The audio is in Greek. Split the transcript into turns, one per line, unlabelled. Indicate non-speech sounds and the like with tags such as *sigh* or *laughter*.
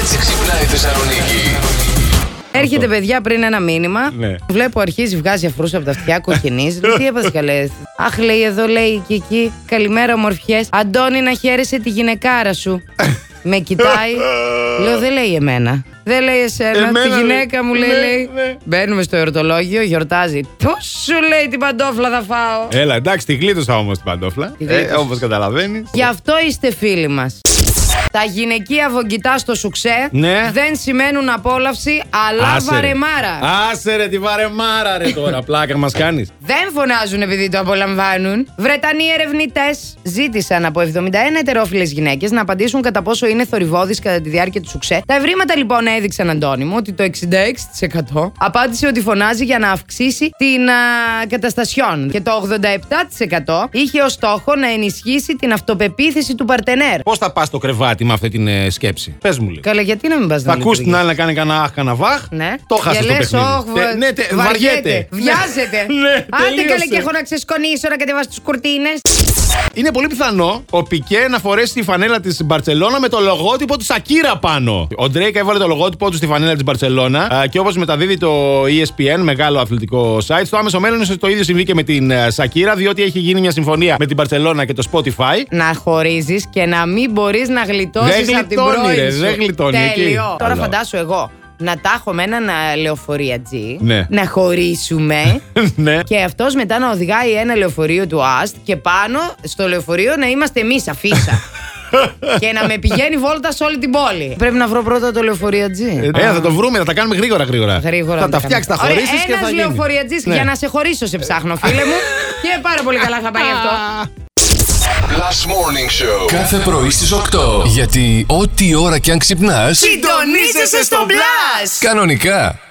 έτσι ξυπνάει η Θεσσαλονίκη.
Έρχεται, παιδιά, πριν ένα μήνυμα.
Ναι.
Βλέπω αρχίζει, βγάζει αφρούς από τα αυτιά,
*laughs*
κοκκινίζει. Λέω, τι έπαθε καλέ. Αχ, λέει εδώ, λέει και εκεί. Καλημέρα, ομορφιές. Αντώνη, να χαίρεσαι τη γυναικάρα
*laughs*
σου. Με κοιτάει. Λέω, δεν λέει εμένα. Δεν λέει εσένα.
Εμένα,
τη
λέει.
γυναίκα μου λέει.
Ναι,
λέει.
ναι.
Μπαίνουμε στο εορτολόγιο, γιορτάζει. Πώ σου λέει την παντόφλα θα φάω.
Έλα, εντάξει, τη γλίτωσα όμως την παντόφλα.
Τη γλίτωσες.
Ε, Όπως καταλαβαίνεις.
Γι' αυτό είστε φίλοι μας. Τα γυναικεία βογγητά στο σουξέ
Ναι.
δεν σημαίνουν απόλαυση, αλλά βαρεμάρα.
Άσε ρε, τη βαρεμάρα ρε
*laughs*
τώρα. Πλάκα μας κάνεις.
Δεν φωνάζουν επειδή το απολαμβάνουν. Βρετανοί ερευνητές ζήτησαν από 71 ετερόφιλες γυναίκες να απαντήσουν κατά πόσο είναι θορυβώδει κατά τη διάρκεια του σουξέ. Τα ευρήματα λοιπόν έδειξαν, Αντώνη μου, ότι το 66% απάντησε ότι φωνάζει για να αυξήσει την α, καταστασιόν. Και το 87% είχε ως στόχο να ενισχύσει την αυτοπεποίθηση του παρτενέρ.
Πώς θα πας στο κρεβάτι με αυτή την ε, σκέψη. Πες μου λίγο.
Καλά, γιατί να μην πας
Θα ακού την άλλη να κάνει κανένα αχ, κανένα βαχ.
Ναι.
Το χάσε
Και
το
λες,
παιχνίδι.
«Ωχ,
Τε-
βα-
ναι, τε- βαριέται.
Βιάζεται.
ναι,
Άντε καλέ
τελείωσε.
και έχω να ξεσκονίσω, να κατεβάσω τους κουρτίνες.
Είναι πολύ πιθανό ο Πικέ να φορέσει τη φανέλα της Μπαρσελόνα με το λογότυπο τη Ακύρα πάνω. Ο Ντρέικ έβαλε το λογότυπο του στη φανέλα της Μπαρσελόνα α, και όπως μεταδίδει το E ESPN, μεγάλο αθλητικό site, στο άμεσο μέλλον ίσως το ίδιο συμβεί και με την ε, Σακύρα, διότι έχει γίνει μια συμφωνία με την Μπαρσελόνα και το Spotify. *laughs*
να χωρίζεις και να μην μπορείς να
Δεν
γλιτώσει από την
γλιτώνει,
πρώην
ρε,
σου.
δεν γλιτώνει εκεί.
Τέλειο. Τώρα
Καλό.
φαντάσου εγώ να τα έχω με έναν α, λεωφορείατζι,
Ναι.
να χωρίσουμε
*laughs* ναι.
και αυτός μετά να οδηγάει ένα λεωφορείο του ΑΣΤ και πάνω στο λεωφορείο να είμαστε εμείς αφίσα.
*laughs*
και να με πηγαίνει βόλτα σε όλη την πόλη. Πρέπει να βρω πρώτα το λεωφορείατζι.
Ε, θα το βρούμε, θα τα κάνουμε γρήγορα γρήγορα.
Γρήγορα
θα
να
τα
κάνουμε.
φτιάξεις, τα
Ωραία,
χωρίσει και θα
ένας
γίνει.
λεωφορείατζης,
Ναι.
για να σε χωρίσω σε ψάχνω, φίλε
*laughs*
μου. και πάρα πολύ καλά θα πάει αυτό.
Last Morning Show.
Κάθε πρωί στις 8. Γιατί ό,τι ώρα κι αν ξυπνάς,
Συντονίζεσαι στο μπλα!
κανονικά.